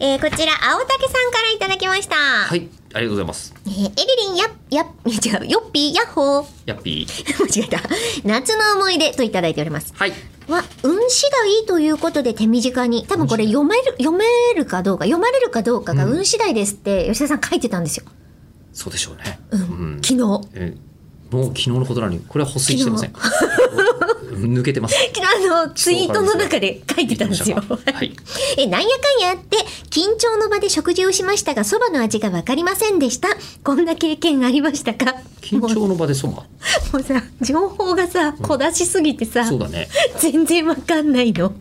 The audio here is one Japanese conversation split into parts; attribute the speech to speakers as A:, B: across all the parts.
A: えーこちら青竹さんからいただきました、
B: はい、ありがとうございます。
A: えーエリリンやっやっ違うよっぴーやっほー
B: やっぴー。
A: 間違えた夏の思い出といただいております
B: はい。
A: は運次第ということで手短に多分これ読める読めるかどうか読まれるかどうかが運次第ですって吉田さん書いてたんですよ、
B: そうでしょうね。
A: うん
B: うん
A: 昨日
B: えもう昨日のことなのに、これは補水してませ ん。抜けてます。
A: 昨日あのツイートの中で書いてたんですよ
B: 言ってましたかはい。
A: え、なんやかんやあって、緊張の場で食事をしましたが、そばの味がわかりませんでした。こんな経験ありましたか
B: 緊
A: もう
B: 張の場でそば。
A: もうさ、情報がさ、小出しすぎてさ、
B: そうだね。
A: 全然わかんないの。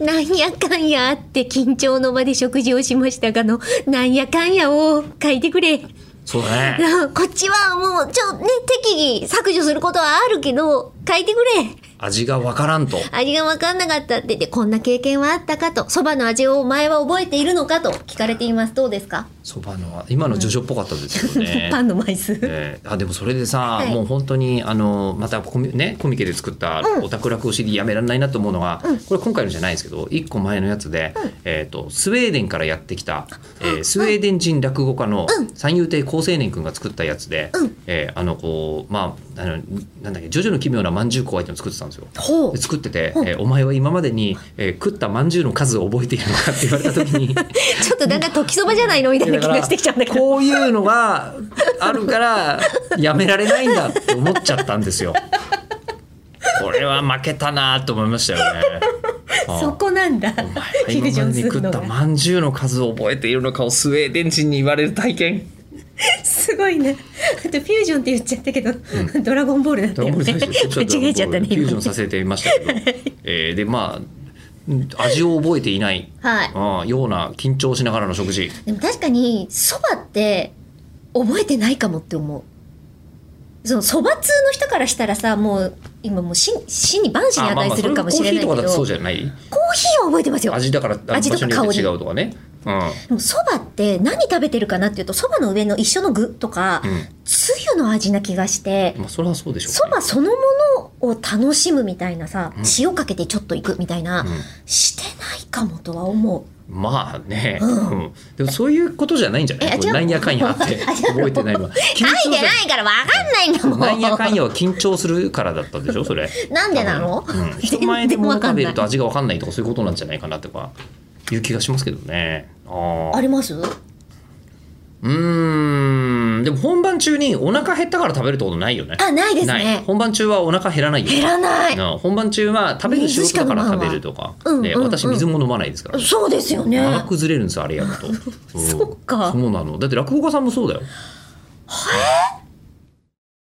A: なんやかんやあって緊張の場で食事をしましたがの、なんやかんやを書いてくれ。
B: そうだね。
A: なこっちはもう、ちょ、ね、適宜削除することはあるけど、書いてくれ。
B: 味がわからんと。
A: 味が分かんなかったってでこんな経験はあったかとそばの味をお前は覚えているのかと聞かれていますどうですか、
B: そばの、今のジョジョっぽかったですよ ね。
A: パンの枚数、
B: えーあでもそれでさ、
A: はい
B: もう本当にあのまたコミ,、ね、コミケで作った
A: うん
B: オタク落語 CD やめられないなと思うのが、これ今回のじゃないんですけど1個前のやつで、えー、とスウェーデンからやってきた、えースウェーデン人落語家の
A: うん
B: 三遊亭好青年君が作ったやつで、
A: うん
B: えーあのこうまああのなんだっけ「ジョジョの奇妙なまんじゅう」相手の作ってたんですよ。
A: ほう
B: で作ってて、
A: うん
B: えーお前は今までに、えー食ったまんじゅうの数を覚えているのかって言われた時に。
A: ちょっとだんだん時そばじゃないのみたいな気がしてきちゃうんだけど
B: こういうのがあるからやめられないんだって思っちゃったんですよ。これは負けたなと思いました よね。ああ
A: そこなんだ
B: お前は
A: 菊
B: 今ま
A: 上
B: でに
A: する
B: 食
A: の
B: った
A: が
B: まんじゅうの数を覚えているのかをスウェーデン人に言われる体験
A: すごいねあとフュージョンって言っちゃったけど、ドラゴンボールだったよね間違 えちゃったね
B: フュージョ
A: 今
B: ン
A: ね
B: させてみましたけど、えーでまあ味を覚えていない、
A: はい
B: ああような緊張しながらの食事
A: でも確かにそばって覚えてないかもって思うそのそば通の人からしたらさもう今もう死死に万死に
B: あまあ
A: 値
B: まあ
A: するかもしれないけ
B: そ
A: ど、
B: れはコーヒーとかだって
A: コ
B: そう
A: ーヒ
B: じゃない
A: ーは覚えてますよ
B: 味だからあの場
A: 味と
B: 所
A: か
B: に
A: 香り
B: よって違うとかね。うん
A: でもそばって何食べてるかなっていうとそばの上の一緒の具とか、
B: うん
A: つゆの味な気がして
B: まあ、それはそうでしょう、ね。
A: そばそのものを楽しむみたいなさ、
B: うん
A: 塩かけてちょっといくみたいな、してないかもとは思う
B: うん、まあね、
A: う
B: うんんでもそういうことじゃないんじゃな
A: え
B: いこれ
A: 違う
B: なんやかんやあって
A: あ違う
B: 覚えてないのは
A: 書いてないからわかんないんだもん
B: なんやかんやは緊張するからだったでしょそれ
A: なん でなの
B: 多分うん、人前で物
A: 全然わか
B: 食
A: んない
B: べると味が分かんないとかそういうことなんじゃないかなとかいう気がしますけどねあ
A: あ
B: あ
A: ります
B: うーんでも本番中にお腹減ったから食べるってことないよね
A: あないです
B: ない
A: ね
B: 本番中はお腹減らないよ
A: 減らない
B: な本番中は食べる仕事だから
A: 水しか飲まん
B: 食
A: わ
B: べるとか、
A: うん
B: で
A: うんうん
B: 私水も飲まないですから、
A: そうですよね
B: 長くずれるんですよあれやると
A: そっか
B: うんそうなのだって落語家さんもそうだよ